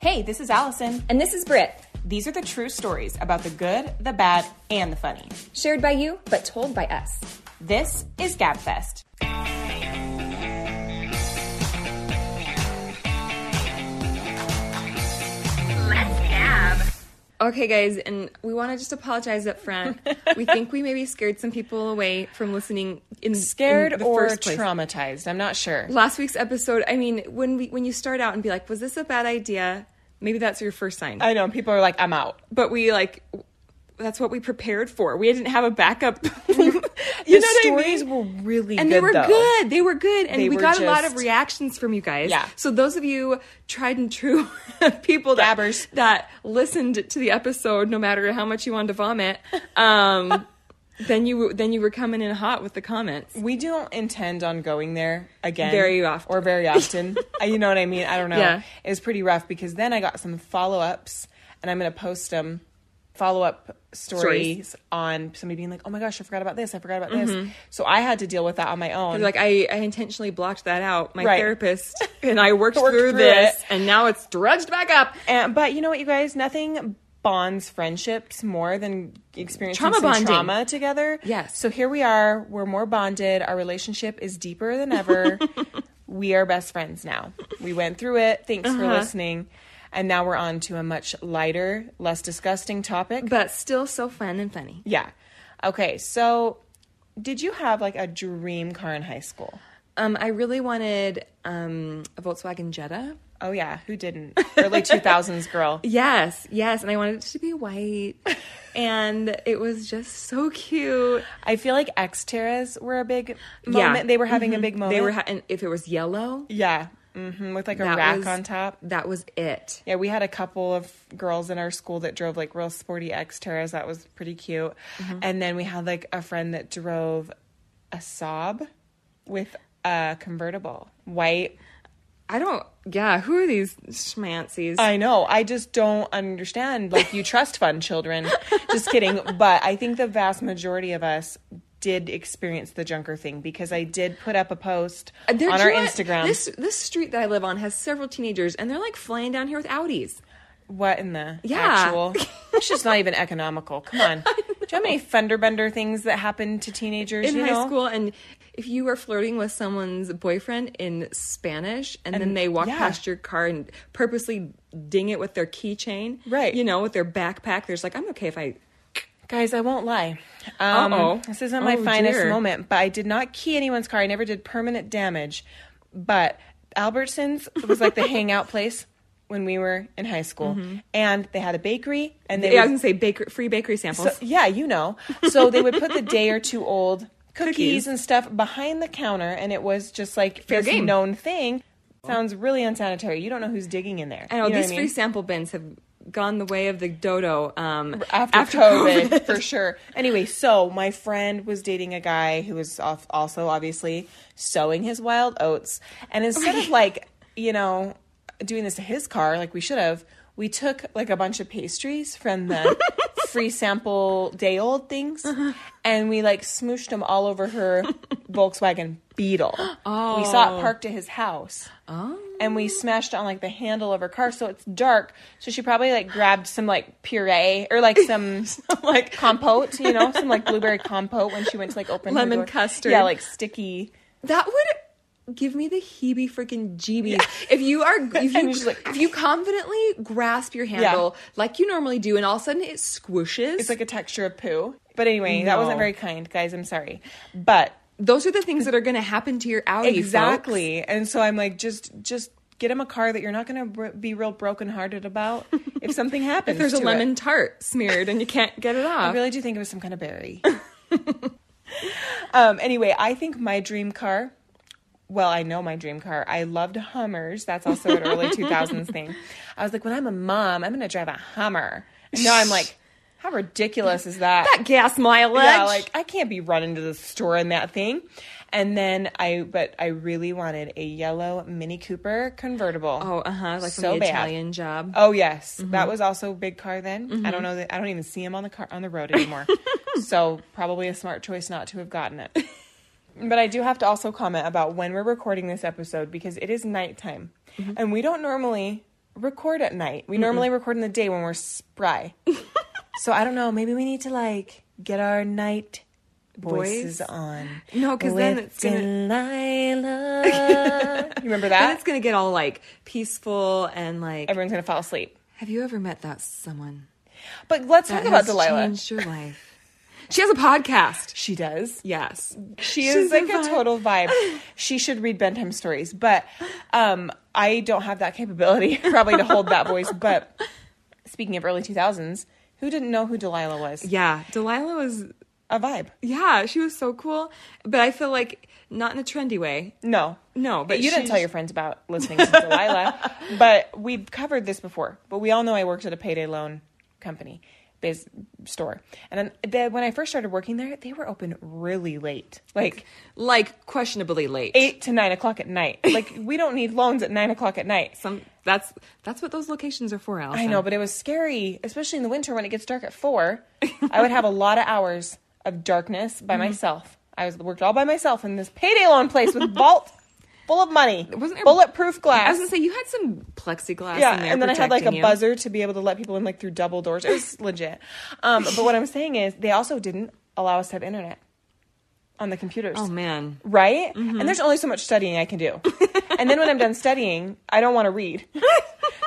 Hey, this is Allison. And this is Britt, These are the true stories about the good, the bad, and the funny. shared by you, but told by us. This is GabFest. Okay, guys, and we want to just apologize up front. we think we maybe scared some people away from listening in Scared in the or first place. traumatized? I'm not sure. Last week's episode, I mean, when we when you start out and be like, was this a bad idea? Maybe that's your first sign. I know people are like, I'm out. but we like w- that's what we prepared for. We didn't have a backup. The you know what I stories mean? were really and good. they were though. good. They were good, and They we were got a lot of just- reactions from you guys. Yeah. So those of you tried and true people that Gabbers. that listened to the episode, no matter how much you wanted to vomit, um, then you then you were coming in hot with the comments. We don't intend on going there again. Very often. Or very often. Uh, you know what I mean? I don't know. Yeah. It was pretty rough because then I got some follow ups and I'm going to post them follow up stories, Stories. Mm-hmm. on somebody being like, oh my gosh, I forgot about this. I forgot about this. So I had to deal with that on my own. Like I, I intentionally blocked that out. My Right. therapist and I worked, Worked through, through this, it. and now it's dredged back up. And, but you know what, you guys? Nothing bonds friendships more than experiencing Trauma trauma, bonding. trauma together. Yes. So here we are. We're more bonded. Our relationship is deeper than ever. we are best friends now. We went through it. Thanks for Uh-huh. listening. And now we're on to a much lighter, less disgusting topic. But still, so fun and funny. yeah. Okay. So, did you have like a dream car in high school? Um, I really wanted um, a Volkswagen Jetta. Oh yeah, who didn't? Early two thousands girl. Yes, yes, and I wanted it to be white, and it was just so cute. I feel like X Terras were a big moment. They were having a big moment. Mm-hmm. They were, ha- and if it was yellow, Yeah. hmm With like a that rack was- on top. That was it. Yeah, we had a couple of girls in our school that drove like real sporty X Terras. That was pretty cute. Mm-hmm. And then we had like a friend that drove a Saab with a convertible, white. I don't. Yeah, who are these schmancies? I know. I just don't understand. Like, you trust fund children. Just kidding. But I think the vast majority of us did experience the junker thing because I did put up a post Uh, They're- do on our you know what? Instagram. This this street that I live on has several teenagers, and they're like flying down here with Audis. What in the Yeah. actual? It's just not even economical. Come on. Do you know how many fender bender things that happen to teenagers? in you high know? school and if you were flirting with someone's boyfriend in Spanish and, then they walk yeah. past your car and purposely ding it with their keychain, Right. You know, with their backpack, there's like, I'm okay if I. Guys, I won't lie. Um, Uh-oh. This isn't my Oh, finest dear. moment, but I did not key anyone's car. I never did permanent damage. But Albertsons was like the hangout place when we were in high school. And they had a bakery and they Mm-hmm. Yeah, I was would gonna say baker, free bakery samples. So, Uh, yeah, you know. So they would put the day or two old cookies, Cookies. and stuff behind the counter, and it was just like Fair this game. known thing. Sounds really unsanitary. You don't know who's digging in there. I know, You these what I free mean? sample bins have gone the way of the dodo. Um, after, COVID, for sure. Anyway, so my friend was dating a guy who was off, also obviously sowing his wild oats, and instead of like you know doing this to his car like we should have, we took like a bunch of pastries from the free sample day old things, and we like smooshed them all over her Volkswagen Beetle. Oh, we saw it parked at his house and we smashed on like the handle of her car so it's dark so she probably like grabbed some like puree or like some like compote you know some like blueberry compote when she went to like open her Lemon door. custard. yeah like sticky That would give me the heebie freaking jeebies. If you are, if you, you're just like- if you confidently grasp your handle like you normally do, and all of a sudden it squishes. it's like a texture of poo but anyway that wasn't No. very kind guys i'm sorry but those are the things that are going to happen to your Audi. exactly and so i'm like just just get him a car that you're not going to be real brokenhearted about if something happens There's a to it. lemon tart smeared and you can't get it I off. really do think it was some kind of berry. um, anyway, I think my dream car. Well, I know my dream car. I loved Hummers. That's also an early 2000s thing. I was like, when I'm a mom, I'm going to drive a Hummer. And now I'm like, how ridiculous is that? that gas mileage. Yeah, like I can't be running to the store in that thing. And then I, but I really wanted a yellow Mini Cooper convertible. oh, uh huh, like So from the bad. Italian job. Oh yes, Mm-hmm. that was also a big car then. I don't know that I don't even see him on the car on the road anymore. so probably a smart choice not to have gotten it. But I do have to Mm-hmm. also comment about when we're recording this episode because it is nighttime, and we don't normally record at night. We normally record in the day when we're spry. so I don't know. Maybe we need to like get our night voices Voice? on. No, 'cause then with it's gonna- Delilah. you remember Then that? it's gonna get all like peaceful and like. Everyone's gonna fall asleep. Have you ever met that someone? But let's talk that about has Delilah. Changed your life. She has a podcast. She does. Yes, She She's is a like a, vibe. total vibe. She should read bedtime stories, but um, I don't have that capability probably to hold that voice. But speaking of early 2000s, who didn't know who Delilah was? Yeah, Delilah was. A vibe. Yeah, she was so cool, but I feel like not in a trendy way. No. No, but you didn't she's- tell your friends about listening to Delilah. but we've covered this before. But we all know I worked at a payday loan company biz store. And then the, when I first started working there, they were open really late. Like Like questionably late. eight to nine o'clock at night. Like we don't need loans at nine o'clock at night. Some that's that's what those locations are for, Allison. I know, but it was scary, especially in the winter when it gets dark at four. I would have a lot of hours of darkness Mm-hmm. by myself. I was worked all by myself in this payday loan place with vault full of money, Wasn't there- bulletproof I glass. was gonna say you had some plexiglass. yeah, in there and then I had like a protecting you. buzzer to be able to let people in like through double doors. It was legit. Um, but what I'm saying is, they also didn't allow us to have internet on the computers Oh Mm-hmm. man, right? And there's only so much studying I can do. and then when I'm done studying, I don't want to read.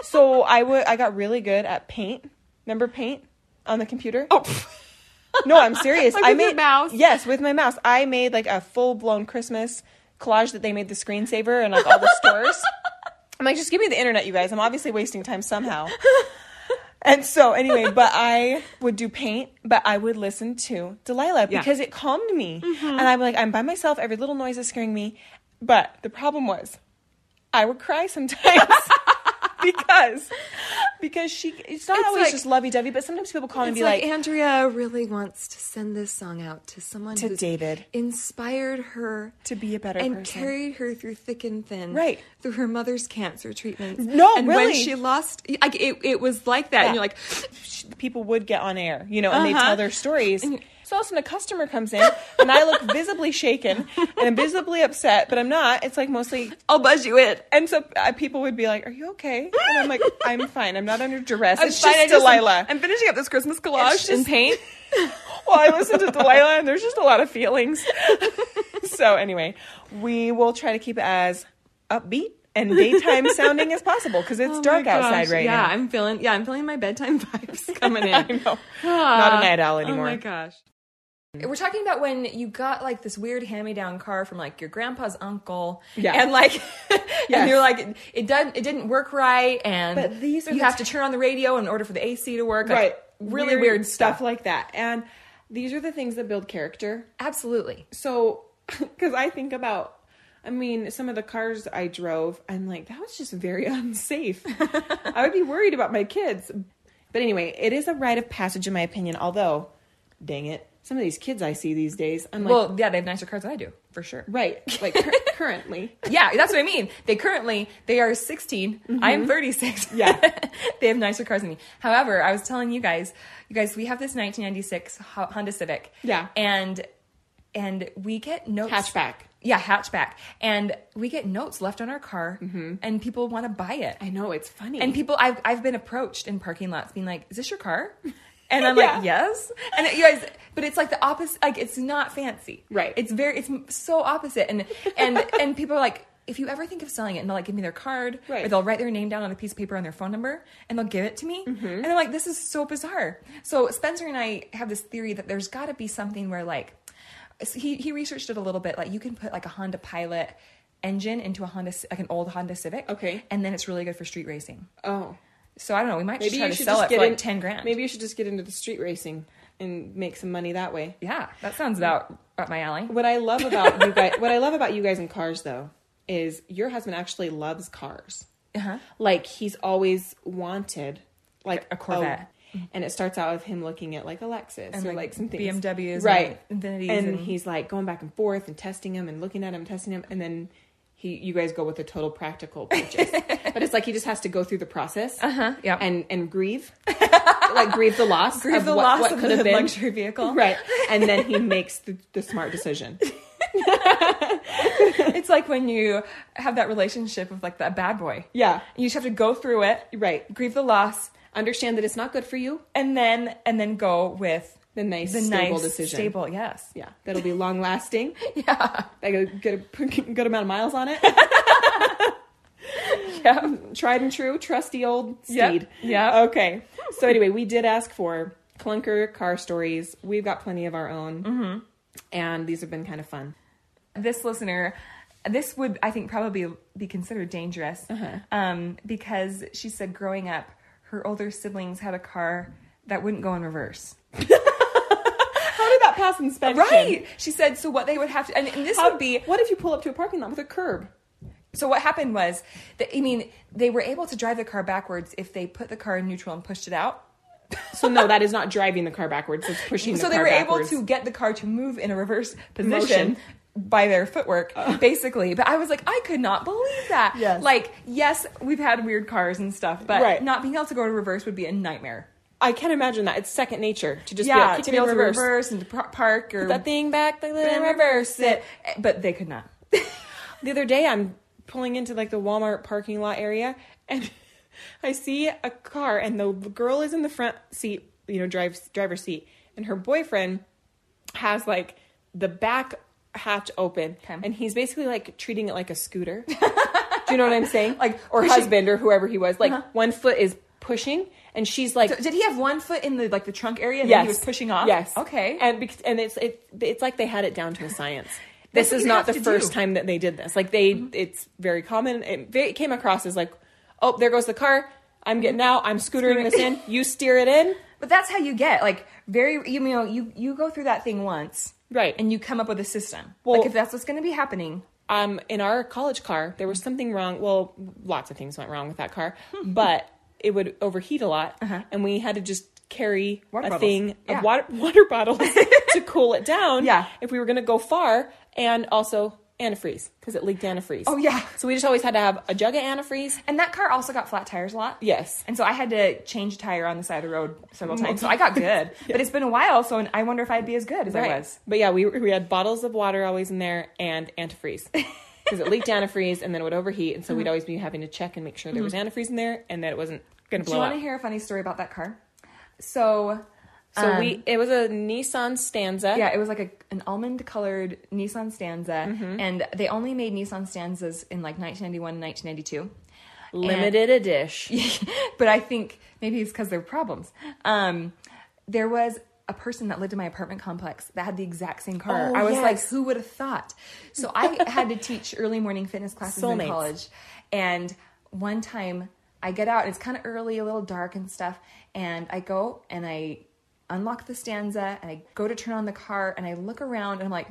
so I would I got really good at paint. Remember paint on the computer? Oh. No, I'm serious. Like I with made your mouse? Yes, with my mouse. I made like a full-blown Christmas collage that they made the screensaver and like all the stores. I'm like, just give me the internet, you guys. I'm obviously wasting time somehow. And so, anyway, but I would do paint, but I would listen to Delilah Yeah. Mm-hmm. because it calmed me. And I'm like, I'm by myself. Every little noise is scaring me. But the problem was, I would cry sometimes because because she. It's not It's always like- just lovey dovey, but sometimes people call and it's be like, like, Andrea really wants to send this song out to someone to who's David inspired her to be a better and person. carried her through thick and thin, Right. Through her mother's cancer treatments. No, and really. when she lost, like it, it was like that. Yeah. And you're like, sh- people would get on air, you know, and they Uh-huh. tell their stories. And you- So all of a sudden, a customer comes in, and I look visibly shaken and I'm visibly upset, but I'm not. It's like mostly, I'll buzz you in. and so uh, people would be like, "Are you okay?" And I'm like, "I'm fine. I'm not under duress. I'm it's fine, I just just- Delilah." I'm finishing up this Christmas collage It's in just- paint. well, I listen to Delilah, and there's just a lot of feelings. so anyway, we will try to keep it as upbeat and daytime sounding as possible because it's Oh my dark gosh, outside right yeah, now. I'm feeling. Yeah, I'm feeling my bedtime vibes coming in. I know. Not a night owl anymore. Oh my gosh. We're talking about when you got like this weird hand-me-down car from like your grandpa's uncle, Yeah. and like, Yes. and you're like, it, it doesn't, it didn't work right, and But these are you the have to turn on the radio in order for the AC to work, like, right. Really weird, stuff. like that. And these are the things that build character. Absolutely. So, because I think about, I mean, some of the cars I drove, I'm like, that was just very unsafe. I would be worried about my kids. But anyway, it is a rite of passage, in my opinion. Although, dang it, some of these kids I see these days, I'm like, well, yeah, they have nicer cars than I do, for sure. right, like cur- currently. Yeah, that's what I mean. They currently they are 16. I am 36. Mm-hmm. Yeah. they have nicer cars than me. However, I was telling you guys, you guys, we have this 1996 Ho- Honda Civic. Yeah. And and we get notes Hatchback. Yeah, hatchback. And we get notes left on our car Mm-hmm. and people want to buy it. I know, it's funny. And people I've I've been approached in parking lots being like, "Is this your car?" And I'm Yeah. like, "Yes." And you guys, but it's like the opposite like it's not fancy. Right. It's very it's so opposite and and and people are like if you ever think of selling it, and they'll like give me their card, Right. or they'll write their name down on a piece of paper on their phone number, and they'll give it to me, Mm-hmm. and they're like, "This is so bizarre." So Spencer and I have this theory that there's got to be something where like so he he researched it a little bit, like you can put like a Honda Pilot engine into a Honda Ci- like an old Honda Civic, Okay. and then it's really good for street racing. oh, So I don't know. We might just maybe try you to should sell just it get for like in- ten grand. Maybe you should just get into the street racing and make some money that way. Yeah, that sounds about up my alley. What I love about you guys, what I love about you guys and cars though, is your husband actually loves cars. Uh-huh. Like he's always wanted, like A Corvette. and it starts out with him looking at like a Lexus And, or like, like some things, BMWs and right? Infinitis and, and- he's like going back and forth and testing him and looking at him, testing him, and then he, you guys go with a total practical purchase. but it's like he just has to go through the process, Uh-huh, yeah. and and grieve, like grieve the loss, Grieve of the what, loss what of could the have been luxury vehicle. right? And then he makes the, the smart decision. it's like when you have that relationship of like that bad boy. Yeah. You just have to go through it, Right. grieve the loss, Understand that it's not good for you. and then and then go with The nice, the stable nice decision. stable. Yes. Yeah, that'll be long lasting. Yeah. I got- get a good amount of miles on it. Yeah. Tried and true, trusty old Yep, steed. yep. Okay. So anyway, we did ask for clunker car stories. We've got plenty of our own, mm-hmm. and these have been kind of fun. this listener this would i think probably be considered dangerous um, because she said growing up her older siblings had a car that wouldn't go in reverse How did that pass inspection? right she said so what they would have to and, and this How, would be What if you pull up to a parking lot with a curb? so what happened was that i mean they were able to drive the car backwards if they put the car in neutral and pushed it out So no, that is not driving the car backwards. It's pushing. The so they car were backwards. able to get the car to move in a reverse position Motion. by their footwork basically but i was like i could not believe that Yes. like Uh. yes we've had weird cars and stuff but Right. not being able to go to reverse would be a nightmare I can imagine that. It's second nature to just yeah be, like, to kick be it in able to reverse. reverse and to pro- park or That thing back, the then reverse it Eh, but they could not The other day, I'm pulling into like the Walmart parking lot area, and I see a car, and the girl is in the front seat, you know, drive driver's seat, and her boyfriend has like the back hatch open, Okay. and he's basically like treating it like a scooter. Do you know what I'm saying? Like, or pushing- Uh-huh. husband or whoever he was. Like one foot is pushing, and she's like so did he have one foot in the like the trunk area and then he was pushing off Yes. okay And bec- and it's it, it's like they had it down to a science. This what is you not have the to do. Mm-hmm. first time that they did this. Like they, it's very common. It, ve- it came across as like, oh, there goes the car. I'm Mm-hmm. getting out. I'm scootering Scootering. this in. You steer it in. But that's how you get like very you know you you go through that thing once, Right. And you come up with a system. Well- like if that's what's going to be happening, Um, in our college car, there was something wrong. Well, lots of things went wrong with that car, but it would overheat a lot, and we had to just carry Uh-huh. Water a bottles. thing Yeah. of water water bottles to cool it down. Yeah. if we were going to go far, and also antifreeze because it leaked antifreeze. Oh, yeah. so we just always had to have a jug of antifreeze. and that car also got flat tires a lot. Yes, And so I had to change a tire on the side of the road several times. So I got good, but it's been a while. So I wonder if I'd be as good as I was. But yeah, we we had bottles of water always in there and antifreeze. Because it leaked antifreeze and then it would overheat, and so Uh-huh. we'd always be having to check and make sure there was antifreeze in there and that it wasn't going to Mm-hmm. Do you blow want up. to hear a funny story about that car? So, So um, we it was a Nissan Stanza. yeah, it was like a, an almond colored Nissan Stanza, and they only made Nissan Stanzas in like 1991 and 1992. And- Limited edition. but I think maybe it's because there were problems. Um, there was a person that lived in my apartment complex that had the exact same car. Oh, I was like, yes. who would have thought? So I had to teach early morning fitness classes in Soulmates. college. And one time I get out and it's kind of early, a little dark and stuff. And I go and I unlock the stanza and I go to turn on the car and I look around and I'm like,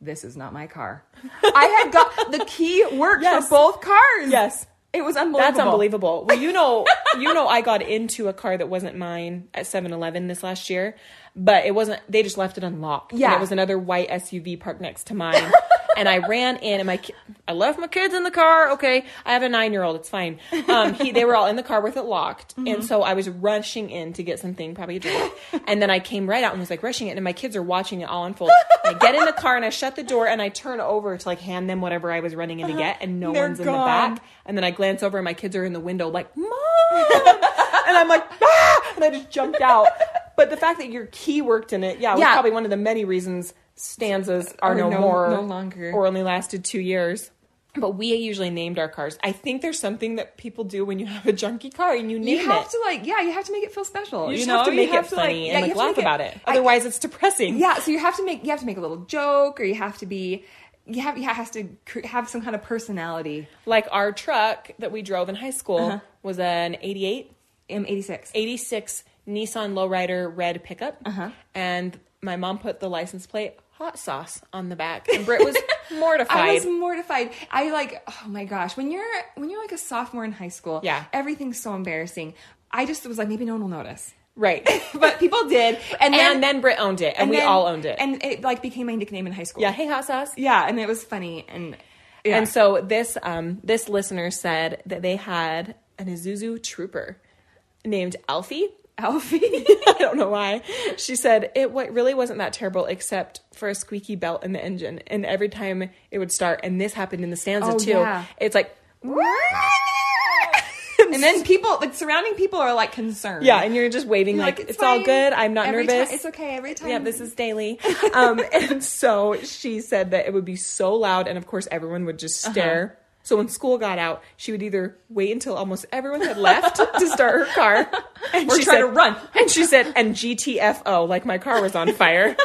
this is not my car. I had got the key worked Yes. for both cars. Yes. It was unbelievable. That's unbelievable. Well, you know, you know, I got into a car that wasn't mine at 7-Eleven this last year, but it wasn't. They just left it unlocked. Yeah. and it was another white SUV parked next to mine. and I ran in, and my ki- I left my kids in the car. Okay, I have a nine year old. It's fine. Um, he, they were all in the car with it locked, and so I was rushing in to get something, probably a drink. And then I came right out and was like rushing it, and my kids are watching it all unfold. I get in the car and I shut the door and I turn over to like hand them whatever I was running in to get, and no They're one's in the gone. back. And then I glance over and my kids are in the window like, Mom! and I'm like, ah! And I just jumped out. But the fact that your key worked in it, yeah, was Yeah. probably one of the many reasons stanzas are Or no, no- more no longer. or only lasted two years. But we usually named our cars. I think there's something that people do when you have a junky car and you name you have it. to like yeah you have to make it feel special you, you, just know have to You make have it to, funny yeah, and you like have to laugh make about it. I- Otherwise, it's depressing. yeah so you have to make you have to make a little joke or you have to be you have you have to cr- have some kind of personality Like our truck that we drove in high school Uh-huh. was an 88. m86 86 Nissan lowrider red pickup. Uh-huh. And my mom put the license plate hot sauce on the back. And Britt was mortified. I was mortified. I like, oh my gosh, when you're when you're like a sophomore in high school, Yeah. everything's so embarrassing. I just was like, maybe no one will notice, right. but people did, and then, and then Britt owned it. And, we then- all owned it. and it like became my nickname in high school. yeah, hey, hot sauce. yeah, and it was funny, and yeah. And so this um, this listener said that they had an Isuzu Trooper named Alfie, Alfie. I don't know why. She said it wa really wasn't that terrible, except for a squeaky belt in the engine, and every time it would start, and this happened in the stanza Oh, too. yeah. It's like, and then people, like surrounding people, are like concerned. yeah, and you're just waving like, it's, all fine. good. I'm not Every ti- nervous. it's okay. Every time. yeah, this is daily. Um, and so she said that it would be so loud, and of course, everyone would just stare. So when school got out, she would either wait until almost everyone had left to start her car, and Or she try said- to run. and she said, "And GTFO, like my car was on fire."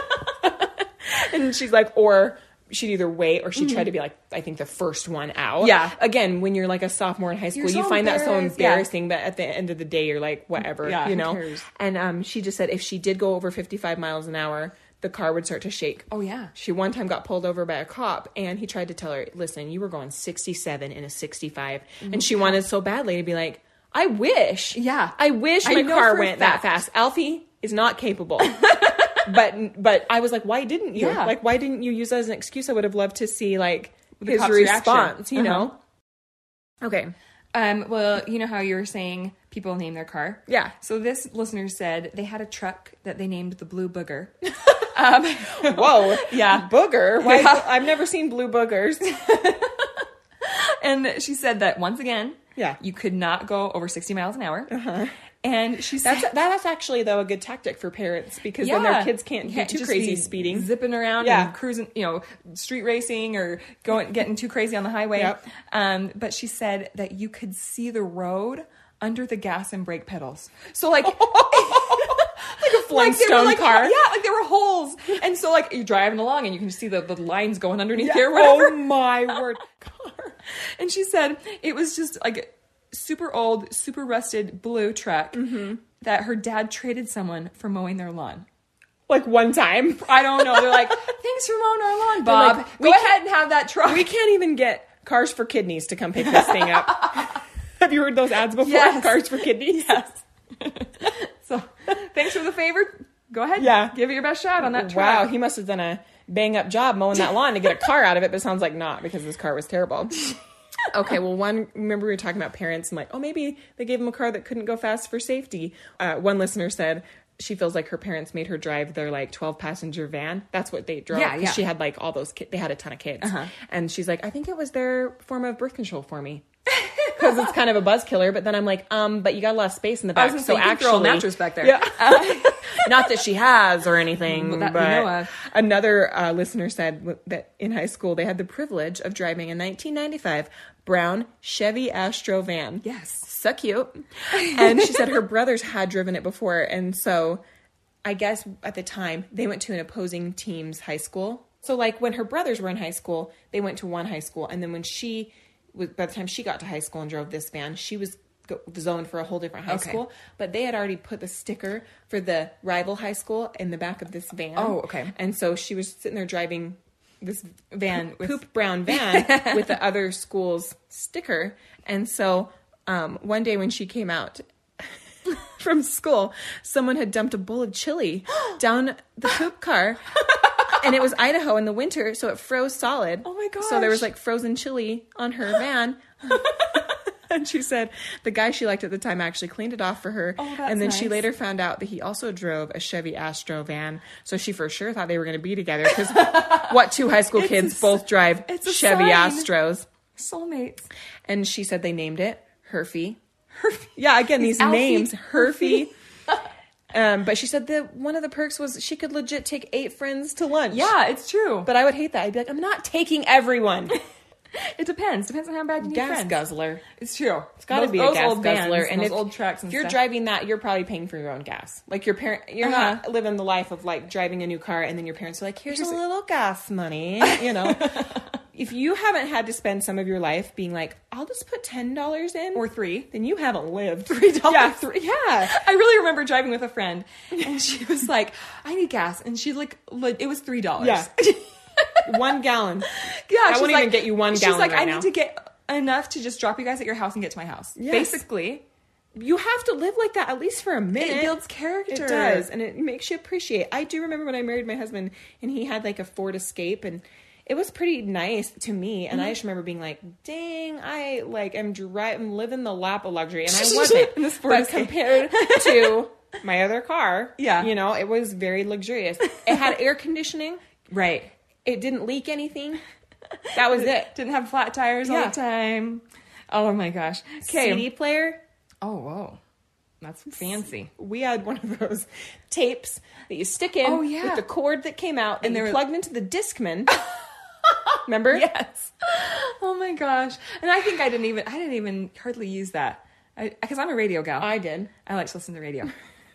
and she's like, or. She'd either wait or she'd try to be like, I think the first one out. Yeah. Again, when you're like a sophomore in high school, You're you so find that so embarrassed. Yeah. embarrassing, but at the end of the day, you're like, whatever, Yeah, you who know? cares? And um, she just said if she did go over 55 miles an hour, the car would start to shake. Oh, yeah. She one time got pulled over by a cop and he tried to tell her, listen, you were going 67 in a 65. And she wanted so badly to be like, I wish. Mm-hmm. Yeah. I wish I my know car for a went that fast. Alfie is not capable. but but I was like, why didn't you? Yeah. Like, why didn't you use that as an excuse? I would have loved to see like The his cop's reaction. Uh-huh. response, you know? Okay. Um, well, you know how you were saying people name their car? Yeah. So this listener said they had a truck that they named the Blue Booger. Whoa. Yeah. Booger. Why, Yeah. I've never seen blue boogers. and she said that once again, Yeah. Uh-huh. you could not go over 60 miles an hour. And she said, That's that's actually though a good tactic for parents because then their kids can't Yeah, do too just crazy be speeding. zipping around, Yeah. and cruising, you know, street racing or going getting too crazy on the highway. Yep. Um, but she said that you could see the road under the gas and brake pedals. So like. Like, they were, Flintstone like, car. yeah, like there were holes, and so like you're driving along, and you can just see the, the lines going underneath your Oh my word! car. And she said it was just like super old, super rusted blue truck Mm-hmm. that her dad traded someone for mowing their lawn. Like one time, I don't know. They're like, thanks for mowing our lawn, Bob. like, Go we can't- ahead and have that truck. we can't even get cars for kidneys to come pick this thing up. Have you heard those ads before? Yes. Cars for kidneys. Yes. so thanks for the favor. Go ahead. Yeah. Give it your best shot on that truck. Wow, he must have done a bang up job mowing that lawn to get a car out of it, but sounds like not because this car was terrible. Okay, well, one, remember we were talking about parents and like, oh, maybe they gave him a car that couldn't go fast for safety. Uh, one listener said she feels like her parents made her drive their like 12 passenger van. That's what they drove. Yeah, 'cause yeah. She had like all those kids, they had a ton of kids. And she's like, I think it was their form of birth control for me. Because it's kind of a buzz killer, but then I'm like, um, but you got a lot of space in the I back, was gonna so say, you could actually, throw a mattress back there. Yeah, not that she has or anything Well, that we but know of. another uh, listener said w- that in high school they had the privilege of driving a 1995 brown chevy astro van Yes. so cute and she said her brothers had driven it before and so i guess at the time they went to an opposing team's high school so like when her brothers were in high school they went to one high school and then when she was by the time she got to high school and drove this van she was go- zoned for a whole different high Okay. school but they had already put the sticker for the rival high school in the back of this van Oh, okay. and so she was sitting there driving this Van with- poop brown van with the other school's sticker. And so um, one day when she came out from school, someone had dumped a bowl of chili down the poop car. And it was Idaho in the winter, so it froze solid. Oh my So there was gosh. like frozen chili on her van. and she said the guy she liked at the time actually cleaned it off for her. Oh, that's and then she nice. later found out that he also drove a Chevy Astro van. So she for sure thought they were going to be together because what two high school It's kids a s- both drive it's a Chevy sign. Astros? Soulmates. And she said they named it Herfy. Herfy. Yeah, again, these Alfie, names. Herfy. um, but she said that one of the perks was she could legit take eight friends to lunch. Yeah, it's true. But But I would hate that. I'd be like, I'm not taking everyone. it depends. Depends on how bad you need gas friends. guzzler. It's true. It's Got to be a gas guzzler, and those if- old tracks. And if you're stuff. driving that, you're probably paying for your own gas. Like your parent, you're not living the life of like driving a new car, and then your parents are like, "Here's, Uh-huh. a Here's a- little gas money," you know. if you haven't had to spend some of your life being like, "I'll just put ten dollars in," or three. then you haven't lived three dollars. Yeah, three, yeah. I really remember driving with a friend, and she was like, "I need gas," and she like, li- it was three dollars. Yeah. one gallon. yeah. I she's won't like, even get you one She's gallon like, right "I now." need to get enough to just drop you guys at your house and get to my house." Yes. Basically, You have to live like that at least for a minute. it builds character. It does, and it makes you appreciate. I do remember when I married my husband, and he had like a Ford Escape, and it was pretty nice to me. Mm-hmm. And I just remember being like, "Dang, I like am driving, living the lap of luxury," and I wasn't. In this Ford but Escape. compared to my other car. Yeah. You know, it was very luxurious. It had air conditioning. Right. It didn't leak anything. That was it. Didn't have flat tires all Yeah. the time. Oh my gosh. Okay. CD player. Oh whoa. That's fancy. We had one of those tapes that you stick in Oh, yeah. with the cord that came out and And they there were were- plugged into the Discman. Remember? Yes. Oh my gosh. And I think I didn't even I didn't even hardly use that. I because I'm a radio gal. I, I did. like to listen to radio.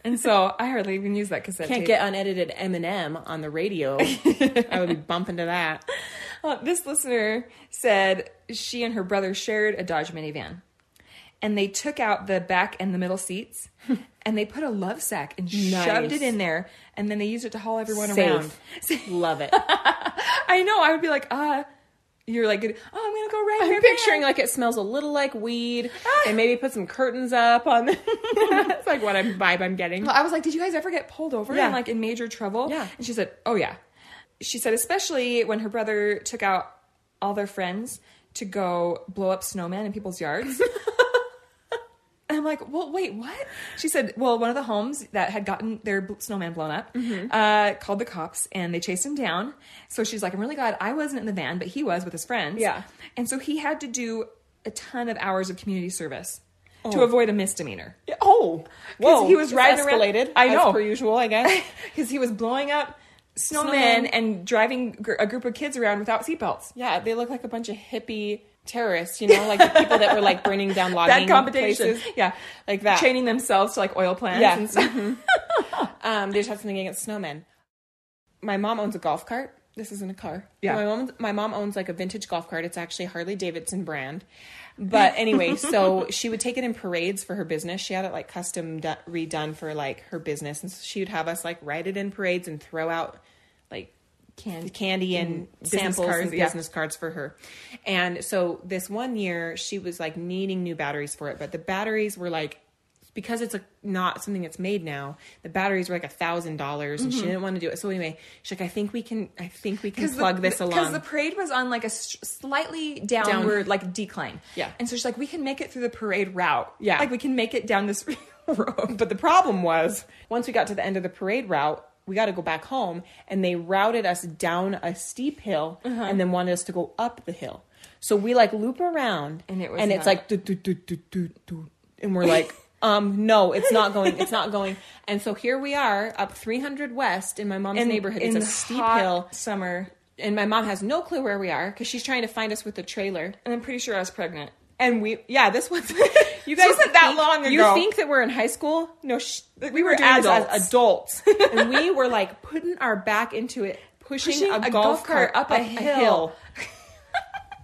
And so I hardly even use that cassette Can't tape. get unedited Eminem on the radio. I would be bumping to that. Uh, this listener said she and her brother shared a Dodge minivan, and they took out the back and the middle seats, and they put a love sack and Nice. shoved it in there, and then they used it to haul everyone around. Safe. Love it. I know. I would be like, uh, you're like, oh, I'm gonna go right I'm picturing like it smells a little like weed, and maybe put some curtains up on. The- That's like what I'm vibe I'm getting. Well, I was like, did you guys ever get pulled over Yeah. and like in major trouble? Yeah. And she said, oh yeah. She said, especially when her brother took out all their friends to go blow up snowmen in people's yards. And I'm like, well, wait, what? She said, well, one of the homes that had gotten their bl- snowman blown up Mm-hmm. uh, called the cops and they chased him down. So she's like, I'm really glad I wasn't in the van, but he was with his friends. Yeah. And so he had to do a ton of hours of community service to avoid a misdemeanor. Oh, whoa! he was It's riding around- escalated. I know. as per usual. I guess because he was blowing up snowmen Snowmen. and driving gr- a group of kids around without seatbelts. yeah, they look like a bunch of hippie terrorists. You know, like the people that were like burning down logging That combination, places. yeah, like that. chaining themselves to like oil plants. Yeah. and stuff. Um, they just have something against snowmen. My mom owns a golf cart. This isn't a car. Yeah. My mom, my mom owns like a vintage golf cart. It's actually Harley Davidson brand. But anyway, so she would take it in parades for her business. She had it like custom do- redone for like her business. And so she would have us like ride it in parades and throw out like Candy. candy and business samples cards, and yeah. business cards for her. And so this one year she was like needing new batteries for it, but the batteries were like because it's a, not something that's made now, the batteries were like a thousand dollars, and she didn't want to do it. So anyway, she's like, "I think we can, I think we can plug this Mm-hmm. because along." the parade was on like a s- slightly downward like decline. Yeah. and so she's like, we can make it through the parade route. Yeah. like we can make it down this road. but the problem was, once we got to the end of the parade route, we got to go back home, and they routed us down a steep hill, Uh-huh. and then wanted us to go up the hill. So we like loop around, And it was and it's not- like do, do, do, do, do, do, and we're like, um, no, it's not going, it's not going. And so here we are up 300 west in my mom's neighborhood. It's in a the steep hot hill, summer, and my mom has no clue where we are because she's trying to find us with the trailer. and I'm pretty sure I was pregnant. And we, yeah, this was. You This wasn't that long You ago. think that we're in high school? No, sh- we, we were, were doing this as adults. adults, and we were like putting our back into it, pushing, Pushing a, golf cart up a hill.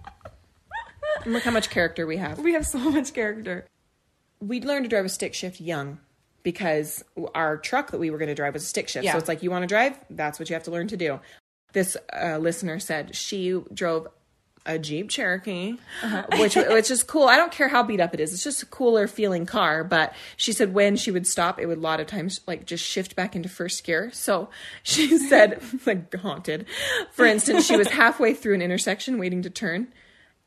And Look how much character we have. We have so much character. We learned to drive a stick shift young because our truck that we were going to drive was a stick shift. Yeah. So it's like you want to drive, that's what you have to learn to do. This uh, listener said she drove a Jeep Cherokee, Uh-huh. which which is cool. I don't care how beat up it is; it's just a cooler feeling car. But she said when she would stop, it would a lot of times like just shift back into first gear. So she said like haunted. For instance, she was halfway through an intersection waiting to turn,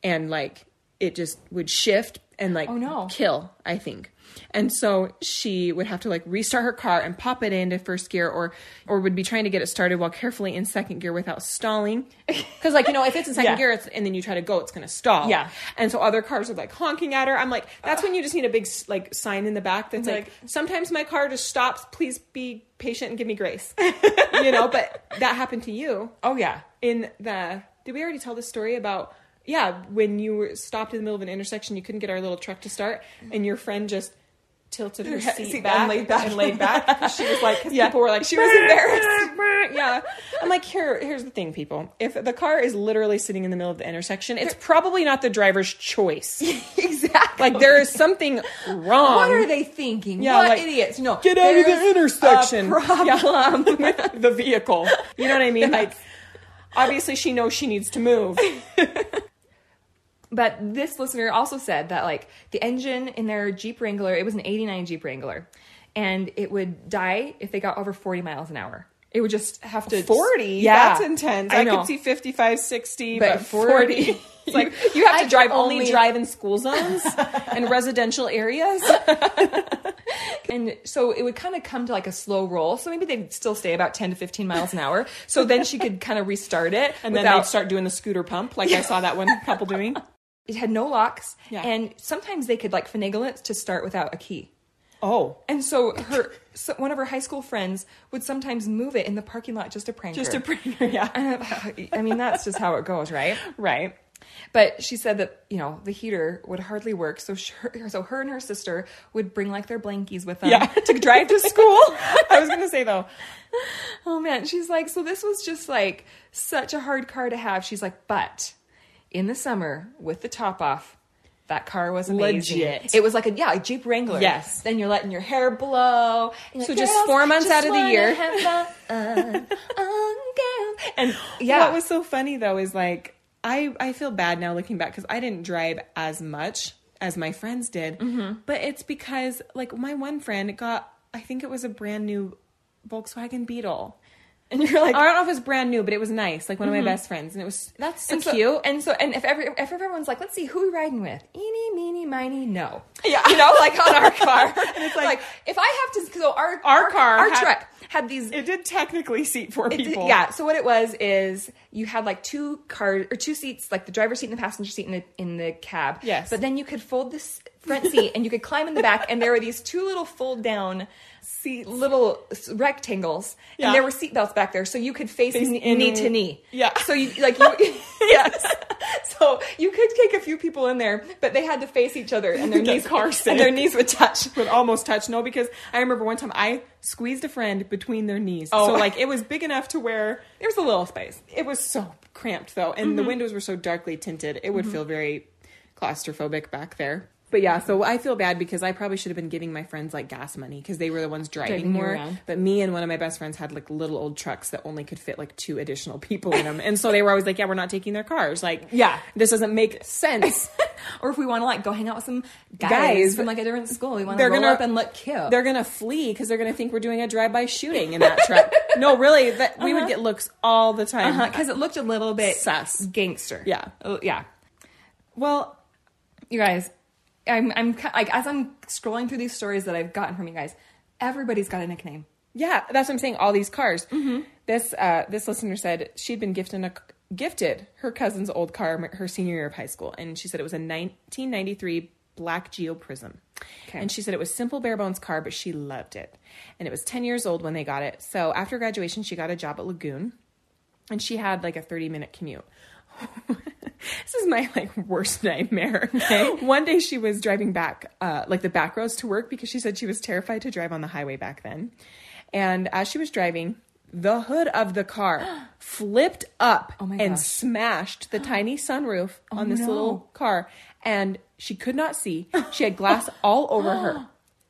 and like it just would shift and like Oh, no. kill, I think. And so she would have to like restart her car and pop it into first gear or or would be trying to get it started while carefully in second gear without stalling. Cuz like you know if it's in second Yeah. gear it's, and then you try to go it's going to stall. Yeah. And so other cars are like honking at her. I'm like that's when you just need a big s- like sign in the back that's like, Like- sometimes my car just stops please be patient and give me grace. you know, but that happened to you Oh yeah, in the did we already tell the story about yeah when you were stopped in the middle of an intersection you couldn't get our little truck to start and your friend just tilted her Her seat, seat back, and laid back. and laid back 'cause she was like 'cause people were like she was embarrassed yeah i'm like here here's the thing people if the car is literally sitting in the middle of the intersection it's probably not the driver's choice exactly. like there is something wrong What are they thinking? Yeah, what like, idiots? No, get out of there's the intersection A problem. Yeah. with the vehicle you know what i mean like obviously she knows she needs to move But this listener also said that like the engine in their Jeep Wrangler, it was an '89 Jeep Wrangler, and it would die if they got over 40 miles an hour. It would just have to 40? Yeah, That's intense. I, know. could see 55, 60, But but, 40. 40. It's like, You have to I drive can only, only- drive in school zones and residential areas. And so it would kind of come to like a slow roll. So maybe they'd still stay about 10 to 15 miles an hour. So then she could kind of restart it. And then without- they'd start doing the scooter pump, like I saw that one couple doing. it had no locks. Yeah. And sometimes they could like finagle it to start without a key. Oh, And so her, so one of her high school friends would sometimes move it in the parking lot just to prank just her. a bringer, yeah. prank. I mean, that's just how it goes, right? Right. But she said that you know the heater would hardly work, so sh- her, so her and her sister would bring like their blankies with them Yeah. to drive to school. Um. I was going to say though, oh man, she's like, so this was just like such a hard car to have. She's like, but in the summer with the top off. That car was amazing. Legit. It was like a yeah, a Jeep Wrangler. Yes. Then you're letting your hair blow. And you're So like, just "Girls, four months just out of the wanna year." have fun, um, girls." And yeah, What was so funny though is like I I feel bad now looking back because I didn't drive as much as my friends did, but it's because like my one friend got I think it was a brand new Volkswagen Beetle. and you're like, I don't know if it's brand new, but it was nice. Like one of my best friends, and it was Mm-hmm. that's so, and so, cute. And so, and if every if everyone's like, let's see who we riding with, eeny, meeny, miny, no, Yeah. you know, like on our car. and it's like- like, if I have to, so our Our car our had- truck had these. It did technically seat four it did- people. yeah. So what it was is you had like two car or two seats, like the driver's seat and the passenger seat in the in the cab. Yes. But then you could fold this front seat and you could climb in the back, and there were these two little fold down seats. little s- rectangles, Yeah. and there were seatbelts back there, so you could face, Face kn- in- knee to knee. Yeah. So you like you yes. So you could take a few people in there, but they had to face each other, and their Get knees car and their sick. knees would touch. would almost touch. No, because I remember one time I squeezed a friend between their knees. Oh. So like it was big enough to where there was a little space. It was so cramped though, and Mm-hmm. the windows were so darkly tinted. It would feel very claustrophobic back there. But yeah, so I feel bad because I probably should have been giving my friends like gas money because they were the ones driving, Driving you more. around. But me and one of my best friends had like little old trucks that only could fit like two additional people in them, and so they were always like, "Yeah, we're not taking their cars. Like, Yeah. this doesn't make sense." or if we want to like go hang out with some guys, Guys. from like a different school, we want to They're roll gonna- up and look cute. they're gonna flee because they're gonna think we're doing a drive-by shooting in that truck. no, really, that we would get looks all the time. because Uh-huh, it looked a little bit Sus. gangster. Yeah. Oh, uh, yeah. Well, You guys, I'm I'm ki- like as I'm scrolling through these stories that I've gotten from you guys, everybody's got a nickname. yeah, that's what I'm saying. All these cars. This uh, this listener said she'd been gifted a gifted her cousin's old car m- her senior year of high school, and she said it was a 1993 black Geo Prism. Okay. And she said it was simple bare bones car, but she loved it. And it was 10 years old when they got it. So after graduation, she got a job at Lagoon. and she had like a 30 minute commute this is my like worst nightmare one day she was driving back uh, like the back roads to work because she said she was terrified to drive on the highway back then and as she was driving the hood of the car flipped up Oh my and gosh. Oh smashed the tiny sunroof on this no. little car and she could not see she had glass all over her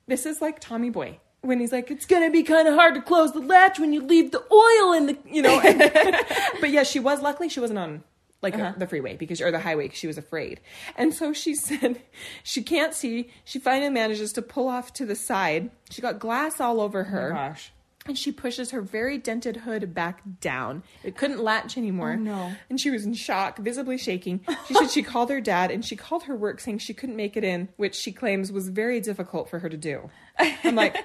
this is like tommy boy when he's like it's gonna be kind of hard to close the latch when you leave the oil in the you know but yeah, she was. Luckily, she wasn't on like the freeway because or the highway. 'cause she was afraid, and so she said she can't see. She finally manages to pull off to the side. She got glass all over Oh her. gosh. And she pushes her very dented hood back down. It couldn't latch anymore. Oh, no. And she was in shock, visibly shaking. She said she called her dad and she called her work saying she couldn't make it in, which she claims was very difficult for her to do. I'm like, uh,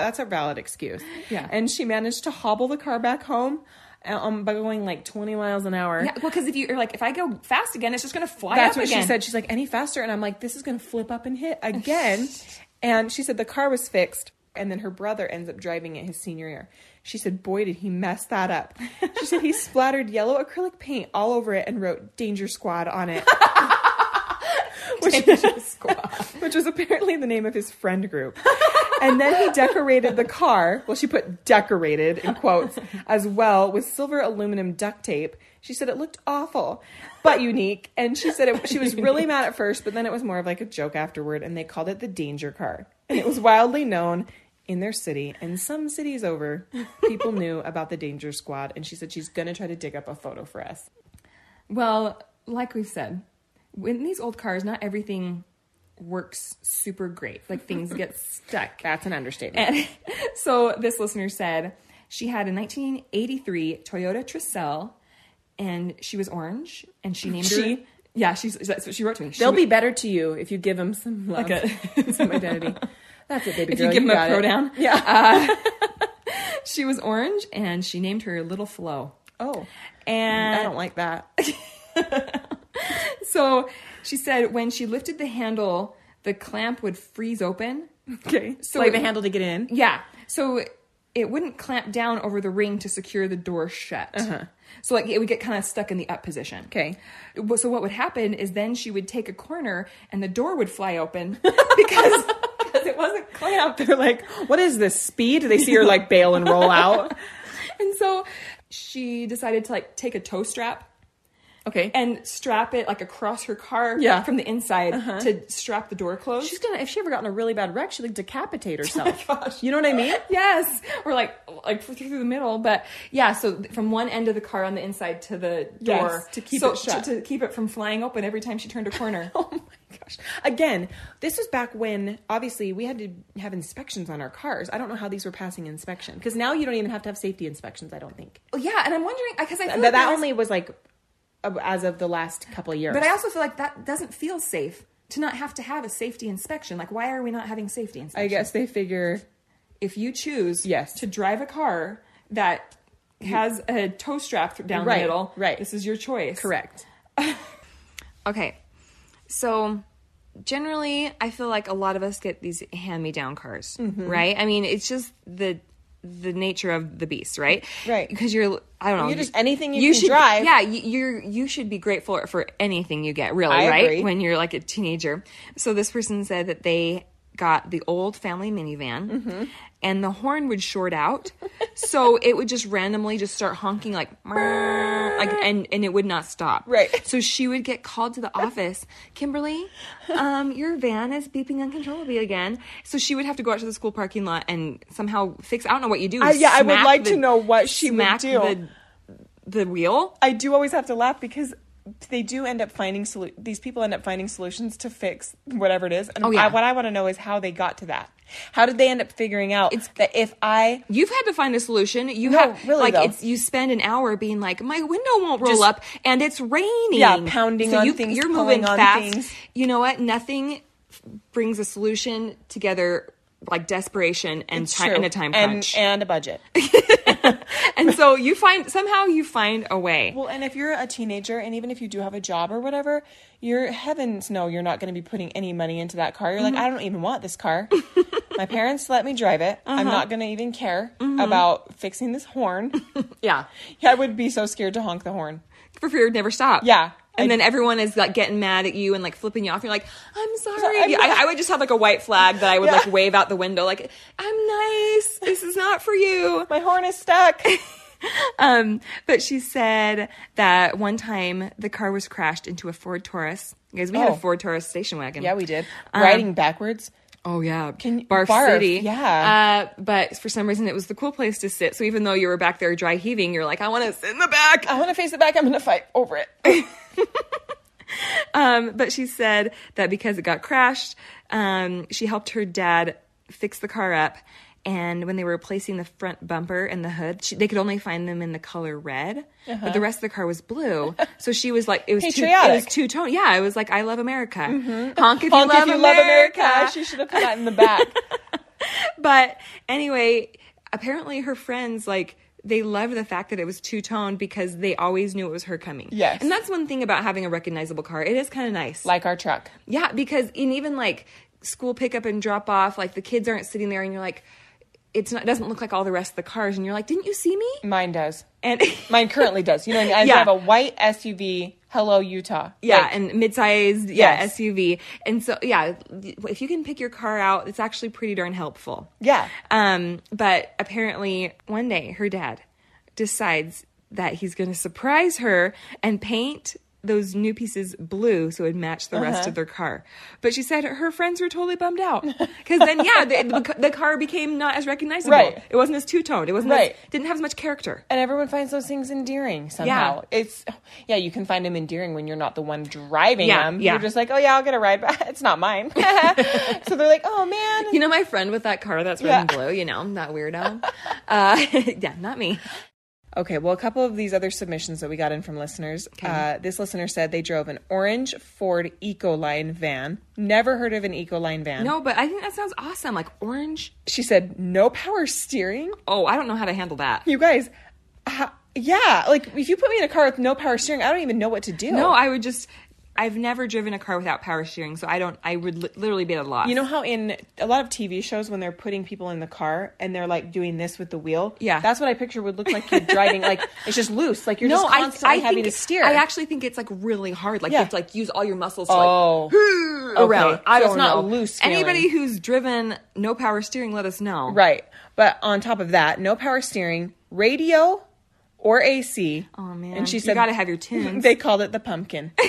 that's a valid excuse. Yeah. And she managed to hobble the car back home um, by going like 20 miles an hour. Yeah, well, because if you, you're like, if I go fast again, it's just going to fly That's up what again. she said. She's like, any faster. And I'm like, this is going to flip up and hit again. and she said the car was fixed. And then her brother ends up driving it his senior year. She said, boy, did he mess that up. She said he splattered yellow acrylic paint all over it and wrote Danger Squad on it. which, which was apparently the name of his friend group. And then he decorated the car. Well, she put decorated in quotes as well with silver aluminum duct tape. She said it looked awful, but unique. And she said it, she was really mad at first, but then it was more of like a joke afterward. And they called it the danger car. And it was wildly known in their city and some cities over. People knew about the danger squad. And she said she's going to try to dig up a photo for us. Well, like we've said, in these old cars, not everything works super great. Like things get stuck. That's an understatement. And so this listener said She had a 1983 Toyota Tercel, and she was orange, and she named She? her. Yeah, she's that's what she wrote to me. She They'll wa- be better to you if you give them some love, some identity. That's it, baby if girl. you give them a got it. pronoun. Yeah. She was orange, and she named her Little Flo. oh, And I don't like that. so she said when she lifted the handle, the clamp would freeze open. Okay. So Like like the the handle to get in. Yeah. So it wouldn't clamp down over the ring to secure the door shut. So like it would get kind of stuck in the up position. Uh-huh. Okay. Wh- So what would happen is then she would take a corner and the door would fly open because, because it wasn't clamped. They're like, what is this speed? They see her like bail and roll out. And so she decided to like take a toe strap Okay. And and strap it like across her car Yeah. Uh-huh. from the inside to strap the door closed. she's gonna if she ever got in a really bad wreck, she'd like decapitate herself. You know what I mean? yes or like like through the middle but yeah so th- from one end of the car on the inside to the Yes, door to keep So it shut. to, to keep it from flying open every time she turned a corner Oh my gosh. Again, this was back when obviously we had to have inspections on our cars. I don't know how these were passing inspection. Because now you don't even have to have safety inspections, I don't think. oh yeah and i'm wondering because i That, feel like that was- only was like uh, as of the last couple of years. but i also feel like that doesn't feel safe to not have to have a safety inspection like why are we not having safety I inspection guess they figure if you choose Yes. to drive a car that has a toe strap th- down Right, the middle right. this is your choice correct. Okay. So generally, I feel like a lot of us get these hand-me-down cars, Mm-hmm. right? I mean, it's just the the nature of the beast, right? Right. Because you're I don't know. You just- anything you can should, drive. Yeah, you, you're you should be grateful for anything you get, really, I right? agree. When you're like a teenager. So this person said that they got the old family minivan Mm-hmm. and the horn would short out. so it would just randomly just start honking like like and and it would not stop. Right. So she would get called to the office. Kimberly, um, your van is beeping uncontrollably again. So she would have to go out to the school parking lot and somehow fix. I don't know what you do. I- yeah, I would Smack like to know what she would smack do. The, the wheel. I do always have to laugh because they do end up finding solu- these people end up finding solutions to fix whatever it is. And Oh, yeah. I, what I want to know is how they got to that. How did they end up figuring out that if I You've had to find a solution. You No, have really, like though. it's you spend an hour being like my window won't roll Just- up and it's raining. Yeah, pounding on things, You're pulling moving on fast. things. You know what? Nothing f- brings a solution together like desperation and time True. and a time and, crunch. and a budget? and so you find somehow you find a way. well, and if you're a teenager, and even if you do have a job or whatever, you're heavens no, you're not going to be putting any money into that car. You're like, Mm-hmm. I don't even want this car. My parents let me drive it. I'm Uh-huh. not going to even care about fixing this horn. Mm-hmm. Yeah, yeah, I would be so scared to honk the horn. for fear would never stop. Yeah. and I- then everyone is like getting mad at you and like flipping you off. You're like, I'm sorry. I'm Yeah, not- I, I would just have like a white flag that I would Yeah. like wave out the window, like I'm nice. This is not for you. My horn is stuck. Um, but she said that one time the car was crashed into a Ford Taurus. Guys, we had a Oh. Ford Taurus station wagon. yeah, we did. Um, Riding backwards. Oh yeah, you- Barf, barf, City. yeah. uh, but for some reason it was the cool place to sit. So even though you were back there dry heaving, you're like, I want to sit in the back. I want to face the back. I'm going to fight over it. Um, but she said that because it got crashed, um, she helped her dad fix the car up. And when they were replacing the front bumper and the hood, she, they could only find them in the color red, but the rest of the car was blue. So she was like, it was two, it was Uh-huh. Patriotic. Mm-hmm. two tone. Yeah, it was like, I love America. Honk if Honk you love if you America. love America. She should have put that in the back. But anyway, apparently her friends like they loved the fact that it was two tone because they always knew it was her coming. Yes. and that's one thing about having a recognizable car. It is kind of nice. like our truck. Yeah, because in even like school pickup and drop off, like the kids aren't sitting there and you're like, it's not it doesn't look like all the rest of the cars, and you're like, didn't you see me? Mine does. And Mine currently does. You know, what I, mean? I Yeah. drive a white SUV. Hello, Utah. yeah, Like, and mid-sized yeah Yes. SUV, and so yeah, if you can pick your car out, it's actually pretty darn helpful. yeah. Um, but apparently one day her dad decides that he's going to surprise her and paint those new pieces blue so it would match the Uh-huh. rest of their car. But she said her friends were totally bummed out because then yeah, the, the car became not as recognizable. Right. It wasn't as two toned. It wasn't as- Right. didn't have as much character. And everyone finds those things endearing somehow. It's yeah, you can find them endearing when you're not the one driving Yeah, them. yeah. You're just like, oh yeah, I'll get a ride, but it's not mine. so they're like, oh man, You know my friend with that car that's red Yeah. and blue. You know that weirdo. Uh, yeah, not me. Okay, well, a couple of these other submissions that we got in from listeners. Uh, this listener said they drove an orange Ford Ecoline van. Never heard of an Ecoline van. No, but I think that sounds awesome. Like orange. She said no power steering. Oh, I don't know how to handle that. You guys, uh, yeah, like if you put me in a car with no power steering, I don't even know what to do. No, I would just. I've never driven a car without power steering, so I don't. I would li- literally be at a loss. You know how in a lot of TV shows when they're putting people in the car and they're like doing this with the wheel? Yeah. That's what I picture would look like you're driving. like it's just loose. Like you're just constantly having think to steer. I actually think it's like really hard. Like Yeah. you have to like use all your muscles to Oh. like around. Okay. I So don't it's not know. loose feeling. Anybody who's driven no power steering, let us know. Right. But on top of that, no power steering, radio or AC. Oh man. And she You said gotta have your tunes. They called it the pumpkin.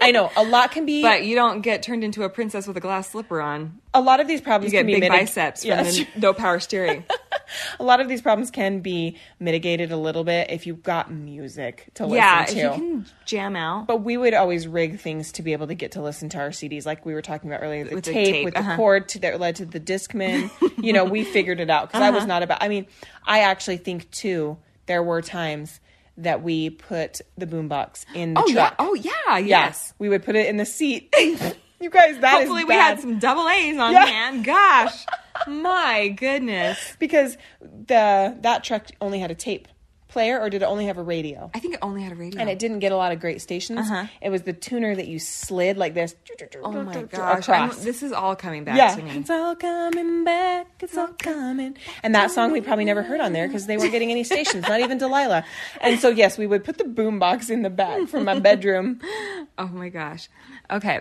I know. A lot can be But you don't get turned into a princess with a glass slipper on. a lot of these You problems get can be big mitig- biceps Yes. from the no power steering. a lot of these problems can be mitigated a little bit if you've got music to yeah, if listen you to. can jam out. but we would always rig things to be able to get to listen to our CDs, like we were talking about earlier, the With the tape, tape, with the uh-huh. cord to, that led to the Discman. you know, we figured it out because I Uh-huh. was not about. I mean, I actually think too there were times that we put the boombox in the oh yeah. truck. Oh yeah. Yeah. Yes. we would put it in the seat. you guys, that is Hopefully we bad. had some double A's on Yeah. hand. Gosh. My goodness. because the that truck only had a tape player, or did it only have a radio? I think it only had a radio. and it didn't get a lot of great stations. Uh-huh. It was the tuner that you slid like this. Oh my gosh! I'm- Across. this is all coming back yeah, to me. it's all coming back. It's all coming. And that song we probably never heard on there because they weren't getting any stations, not even Delilah. And so yes, we would put the boombox in the back from my bedroom. Oh my gosh. Okay.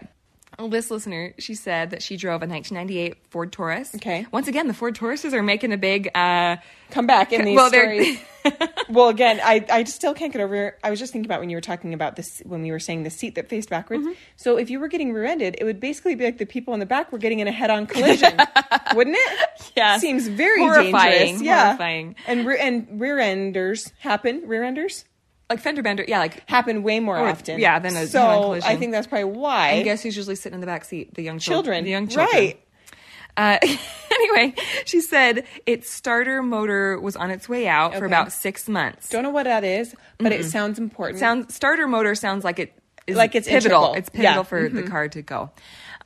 Well, This listener, she said that she drove a 1998 Ford Taurus. Okay. Once again, the Ford Tauruses are making a big. uh Come back in these Well, they're- stories. well, again, I I just still can't get over. I was just thinking about when you were talking about this when we were saying the seat that faced backwards. Mm-hmm. So if you were getting rear-ended, it would basically be like the people in the back were getting in a head-on collision, wouldn't it? Yes. seems very Horrifying, dangerous. Yeah, horrifying. And re- and rear-enders happen. Rear-enders like fender bender. Yeah, like. happen way more Or- often. yeah, than a so head-on collision. I think that's probably why I guess who's usually sitting in the back seat? The young chil- children, The young children. right? Uh, anyway, she said its starter motor was on its way out for Okay. about six months. Don't know what that is, but it sounds important. Mm-hmm. sounds starter motor sounds like it is Like it's pivotal. integral. It's pivotal Yeah. Mm-hmm. for the car to go.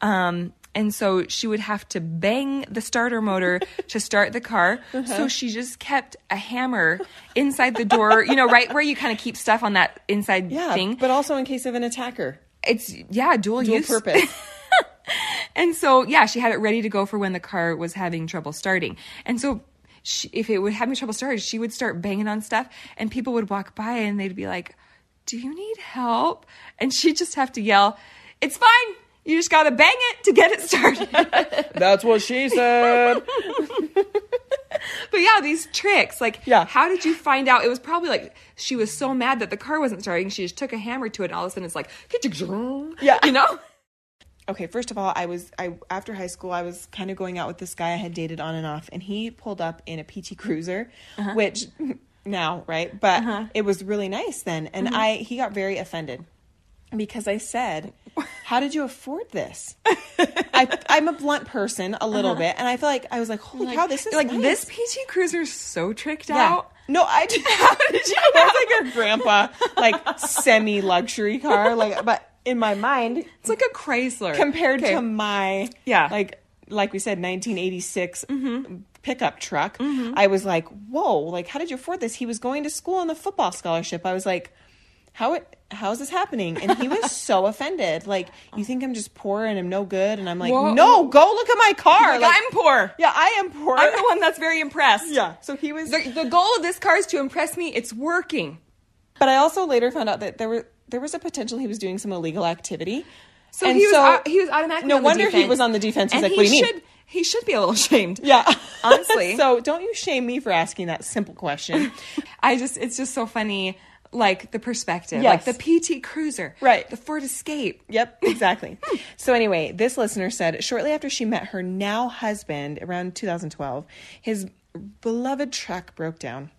Um, and so she would have to bang the starter motor to start the car. Uh-huh. So she just kept a hammer inside the door, you know, right where you kind of keep stuff on that inside yeah, thing. but also in case of an attacker, It's yeah, dual, dual use purpose. And so, yeah, she had it ready to go for when the car was having trouble starting. And so, she, if it would having trouble starting, she would start banging on stuff, and people would walk by and they'd be like, "Do you need help?" And she'd just have to yell, "It's fine. You just gotta bang it to get it started." That's what she said. but yeah, these tricks. Like, Yeah. how did you find out? It was probably like she was so mad that the car wasn't starting. She just took a hammer to it, and all of a sudden, it's like, Yeah. you know. okay, first of all, I was I after high school, I was kind of going out with this guy I had dated on and off, and he pulled up in a PT Cruiser, which now right, but it was really nice then, and I he got very offended because I said, "How did you afford this?" I, I'm a blunt person a little bit, and I feel like I was Uh-huh. like, "Holy cow, this is like nice. this PT Cruiser's so tricked out. No, I did. How did you? That's like a grandpa, like semi luxury car, like. But in my mind, It's like a Chrysler compared Okay. to my Yeah. Mm-hmm. like like we said 1986 pickup truck i was like whoa like how did you afford this he was going to school on the football scholarship i was like how it how is this happening and he was so offended like you think i'm just poor and i'm no good and i'm like Whoa. no go look at my car Like, I'm poor. yeah i am poor I'm the one that's very impressed. uh, yeah so he was The, the goal of this car is to impress me. It's working. but i also later found out that there were there was a potential he was doing some illegal activity So And he was au- he was automatically. no on the wonder he defense. was on the defense he's and like he what do you mean should he should be a little ashamed. Yeah. Honestly. so don't you shame me for asking that simple question. I just it's just so funny, like the perspective, Yes. like the PT Cruiser, Right. The Ford Escape. yep, exactly. so anyway, this listener said shortly after she met her now husband around 2012, his beloved truck broke down.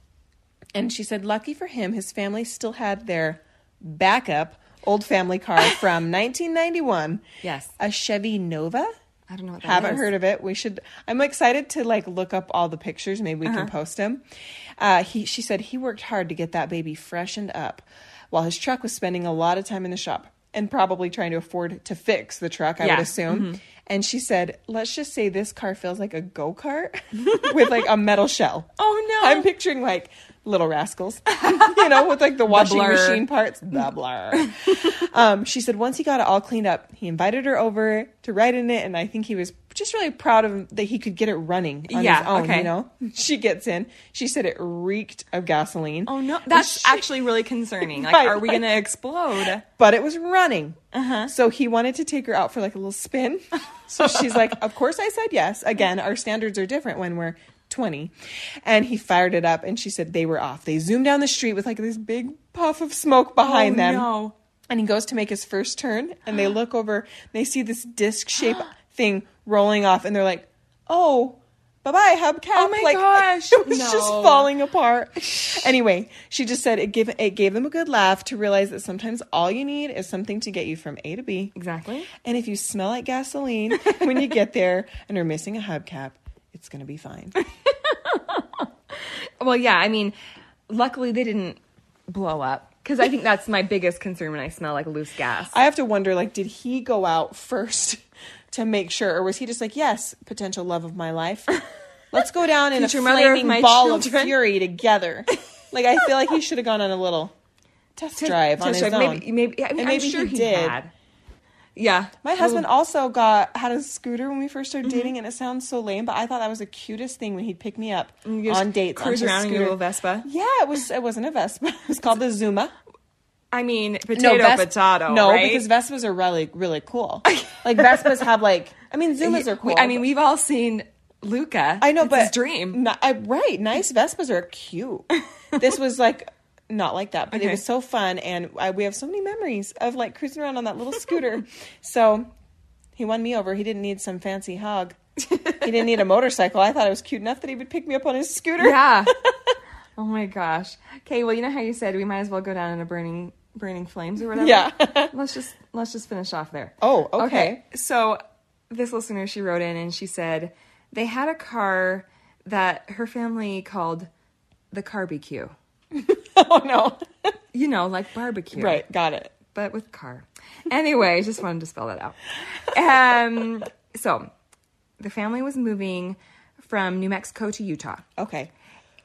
And she said lucky for him his family still had their backup old family car from 1991. Yes. A Chevy Nova. I don't know what that haven't is. heard of it we should i'm excited to like look up all the pictures maybe we can post them uh, he, she said he worked hard to get that baby freshened up while his truck was spending a lot of time in the shop and probably trying to afford to fix the truck i Yeah. would assume and she said let's just say this car feels like a go-kart with like a metal shell Oh no. i'm picturing like little rascals you know with like the washing blur. machine parts the blur um, she said once he got it all cleaned up, he invited her over to ride in it, and I think he was just really proud of him that he could get it running on Yeah, his own. okay. You know, she gets in. She said it reeked of gasoline. oh no. That's actually really concerning. Like, Right, are we like- gonna explode? but it was running. Uh-huh. So he wanted to take her out for like a little spin. So she's like, Of course I said yes. Again, our standards are different when we're 20. And he fired it up and she said they were off. They zoomed down the street with like this big puff of smoke behind Oh, them. no. And he goes to make his first turn and they look over and they see this disc shaped thing rolling off and they're like, Oh, Bye bye, hubcap. Oh my like, gosh, It was just no. falling falling apart. Anyway, she just said it gave it gave them a good laugh to realize that sometimes all you need is something to get you from A to B. Exactly. And if you smell like gasoline when you get there and are missing a hubcap, it's gonna be fine. Well, yeah, I mean, luckily they didn't blow up because I think that's my biggest concern when I smell like loose gas. I have to wonder, like, did he go out first to make sure, or was he just like, yes, potential love of my life, let's go down in a Future mother of flaming my ball of children." fury together? Like, I feel like he should have gone on a little test drive on Test his drive. own. Maybe, maybe, I And mean, I'm maybe sure he he, did. had. Yeah, My husband also got had a scooter when we first started Mm-hmm. dating, and it sounds so lame, but I thought that was the cutest thing when he'd pick me up You just on dates cruise on his around in your scooter. little Vespa. Yeah, it was. It wasn't a Vespa. It was called the Zuma. I mean, potato, Vespa. potato. No, right? because Vespas are really, really cool. Like Vespas have like. I mean, Zumas We- are cool. I mean, we've all seen Luca. I know, It's but his dream. Ni- I- right, nice Vespas are cute. this was like not like that, but it Okay. was so fun, and I, we have so many memories of like cruising around on that little scooter. so he won me over. He didn't need some fancy hog. he didn't need a motorcycle. I thought it was cute enough that he would pick me up on his scooter. Yeah. oh my gosh. Okay. Well, you know how you said we might as well go down in a burning, burning flames or whatever. Yeah. let's just let's just finish off there. Oh, okay. So this listener, she wrote in and she said they had a car that her family called the barbecue. oh no! You know, like barbecue, Right, got it. But with car. Anyway, I just wanted to spell that out. Um. So the family was moving from New Mexico to Utah Okay,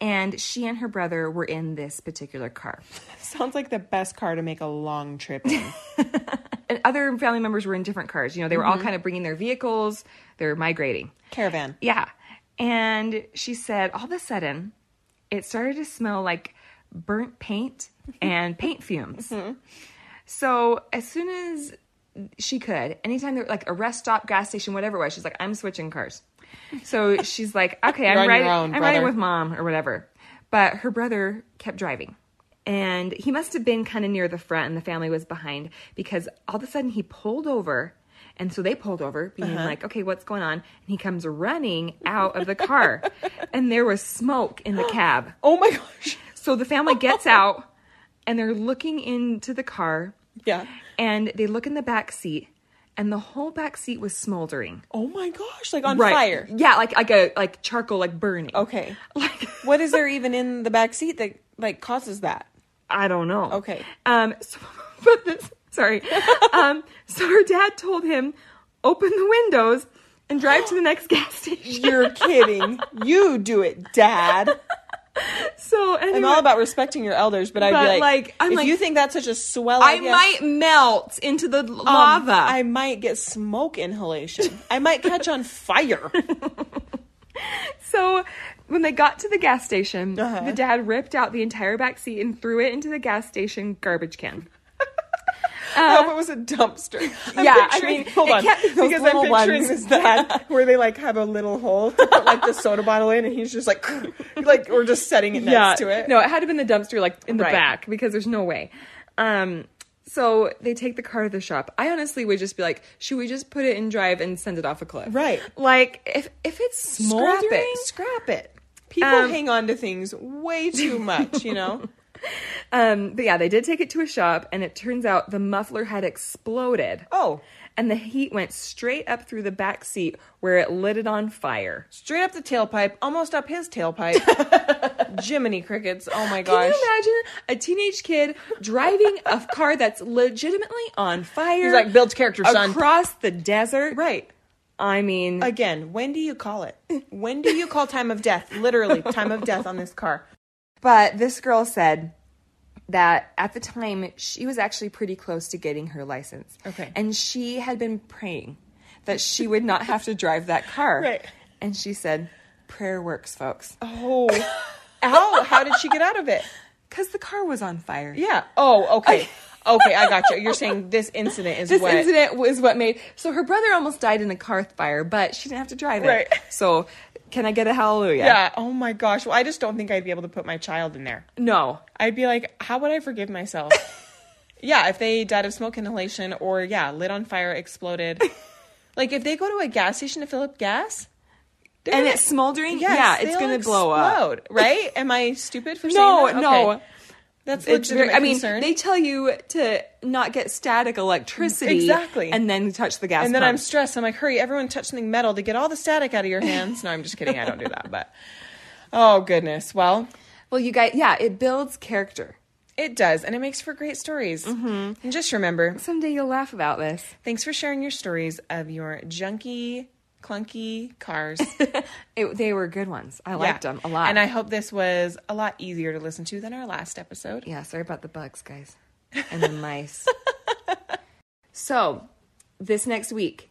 and she and her brother were in this particular car. sounds like the best car to make a long trip. in. And other family members were in different cars. You know, they were Mm-hmm. all kind of bringing their vehicles, they were migrating. Caravan. Yeah. And she said, all of a sudden, it started to smell like burnt paint and paint fumes. So as soon as she could, anytime there like a rest stop, gas station, whatever it was, she's like, I'm switching cars. So she's like, okay, You're on I'm your riding, own, I'm riding brother. with mom or whatever. But her brother kept driving. And he must have been kind of near the front and the family was behind because all of a sudden he pulled over. And so they pulled over, being Uh-huh. like, okay, what's going on? And he comes running out of the car. and there was smoke in the cab. Oh my gosh! So the family gets out and they're looking into the car Yeah. and they look in the back seat and the whole back seat was smoldering. Oh my gosh! Like on Right. fire. Yeah, like like a like charcoal like burning. Okay. Like what is there even in the back seat that like causes that? I don't know. Okay. Um so but this sorry. um so her dad told him open the windows and drive to the next gas station. You're kidding. You do it, Dad. So anyway, I'm all about respecting your elders, but I'd But, be like, like, I'm if like- you think that's such a swell I idea, might melt into the um, lava. I might get smoke inhalation. I might catch on fire. So when they got to the gas station, Uh-huh. the dad ripped out the entire back seat and threw it into the gas station garbage can. I hope it was a dumpster. I'm Uh, yeah, I picturing- mean, hold it on, can't be those because I'm little picturing ones. this dad where they like have a little hole to put like the soda bottle in, and he's just like, like or just setting it next to it. No, it had to been the dumpster like in the Right. back because there's no way. Um so they take the car to the shop. I honestly would just be like, should we just put it in drive and send it off a cliff? Right. Like if if it's smoldering, scrap it. Scrap it. People Um, hang on to things way too much, you know. Um, but yeah, they did take it to a shop, and it turns out the muffler had exploded. Oh. and the heat went straight up through the back seat where it lit it on fire. Straight up the tailpipe, almost up his tailpipe. Jiminy crickets. Oh my gosh. Can you imagine a teenage kid driving a car that's legitimately on fire? He's like, "Build character, son." Across the desert. Right. I mean, Again, when do you call it? When do you call time of death? Literally, time of death on this car. But this girl said that at the time she was actually pretty close to getting her license. Okay. And she had been praying that she would not have to drive that car. Right. And she said, prayer works, folks. Oh. How how did she get out of it? Because the car was on fire. Yeah. Oh, okay. Okay, I got you. You're saying this incident is This what incident was what made. So her brother almost died in a car fire, but she didn't have to drive Right. it. So can I get a hallelujah? Yeah. Oh my gosh. Well, I just don't think I'd be able to put my child in there. No. I'd be like, how would I forgive myself? yeah, if they died of smoke inhalation or yeah, lit on fire, exploded. like if they go to a gas station to fill up gas, they're And gonna- it's smoldering? Yes, yeah, it's they'll going to blow up. explode, Right? Am I stupid for No, saying that? no. That's it's legitimate very, I mean, concern. they tell you to not get static electricity Exactly. and then touch the gas. and then pump. I'm stressed. I'm like, hurry, everyone touch something metal to get all the static out of your hands. No, I'm just kidding. I don't do that. But oh, goodness. Well, well, you guys, yeah, it builds character. it does. And it makes for great stories. Mm-hmm. And just remember Someday you'll laugh about this. thanks for sharing your stories of your junky, clunky cars. It, they were good ones. I liked them a lot. And I hope this was a lot easier to listen to than our last episode. yeah, sorry about the bugs, guys, and the mice. so, this next week.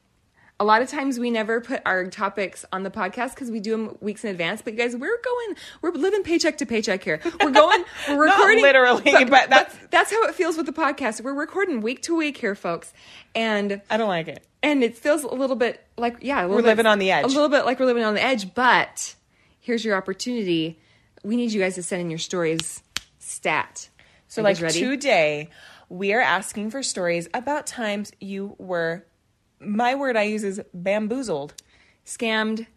A lot of times we never put our topics on the podcast because we do them weeks in advance. But you guys, we're going, we're living paycheck to paycheck here. We're going, we're Not recording literally, but that's- that's how it feels with the podcast. We're recording week to week here, folks, and I don't like it. and it feels a little bit like yeah, a little We're bit- living on the edge. A little bit like we're living on the edge, but here's your opportunity. We need you guys to send in your stories stat. So, Are you like guys ready? today, we are asking for stories about times you were, my word I use is bamboozled, scammed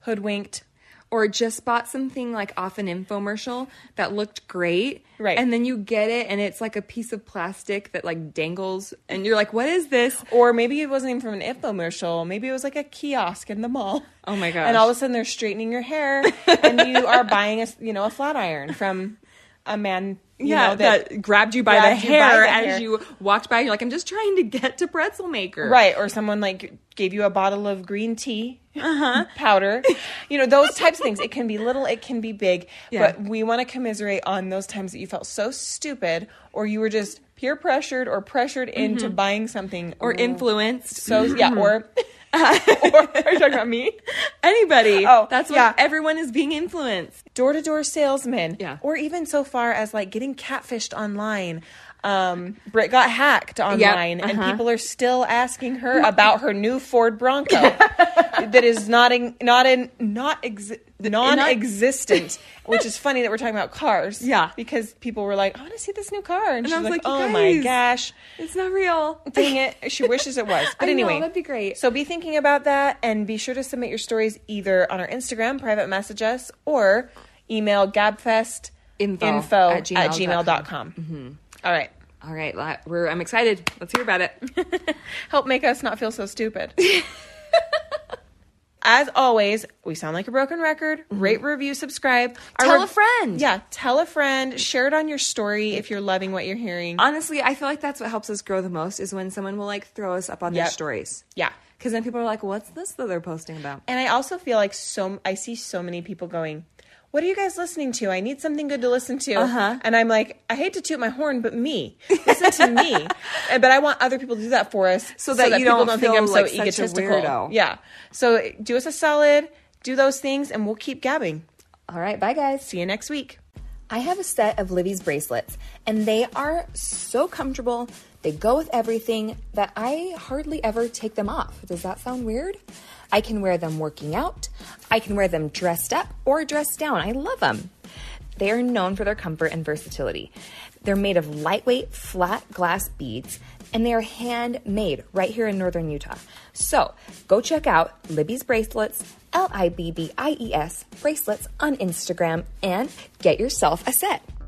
hoodwinked, or just bought something like off an infomercial that looked great. Right. And then you get it and it's like a piece of plastic that like dangles and you're like, "What is this?" Or maybe it wasn't even from an infomercial. Maybe it was like a kiosk in the mall. Oh my gosh. And all of a sudden they're straightening your hair, and you are buying a s- you know a flat iron from a man. You know, that, grabbed you by the grabbed you by hair the as hair. you walked by. You're like, I'm just trying to get to pretzel maker. right. Or someone like gave you a bottle of green tea Uh-huh. powder. You know those types of things. It can be little, it can be big. Yeah. But we want to commiserate on those times that you felt so stupid, or you were just peer pressured or pressured into buying something, Mm-hmm. Or influenced. so yeah, or. or are you talking about me? Anybody. Oh, that's what yeah. everyone is being influenced. door to door salesmen, Yeah. or even so far as like getting catfished online. Um, Brit got hacked online, and uh-huh. people are still asking her about her new Ford Bronco that is not in, not in not exi- non-existent, which is funny that we're talking about cars. Yeah. because people were like, "I want to see this new car," and, she's I was like, like, "Oh "You my guys." gosh." It's not real. Dang it. She wishes it was. But I know, anyway, that'd be great. So be thinking about that and be sure to submit your stories either on our Instagram, private message us, or email gabfest Info info at gmail dot com. Mm-hmm. gmail.com. All right. All right, la- we're, I'm excited. Let's hear about it. Help make us not feel so stupid. As always, we sound like a broken record. Rate, review, subscribe. Our Mm-hmm. Tell re- a friend. Yeah, tell a friend. Share it on your story if you're loving what you're hearing. Honestly, I feel like that's what helps us grow the most is when someone will like throw us up on their Yep. stories. Yeah. Because then people are like, what's this that they're posting about? And I also feel like so I see so many people going, "What are you guys listening to? I need something good to listen to." Uh-huh. And I'm like, I hate to toot my horn, but me, listen to me. And, but I want other people to do that for us, So that you don't feel like such a weirdo. Yeah. So do us a solid, do those things, and we'll keep gabbing. All right, bye guys. See you next week. I have a set of Livy's bracelets, and they are so comfortable. They go with everything that I hardly ever take them off. Does that sound weird? I can wear them working out, I can wear them dressed up or dressed down. I love them. They are known for their comfort and versatility. They're made of lightweight, flat glass beads, and they are handmade right here in northern Utah. So go check out Libby's Bracelets, L I B B I E S Bracelets on Instagram, and get yourself a set.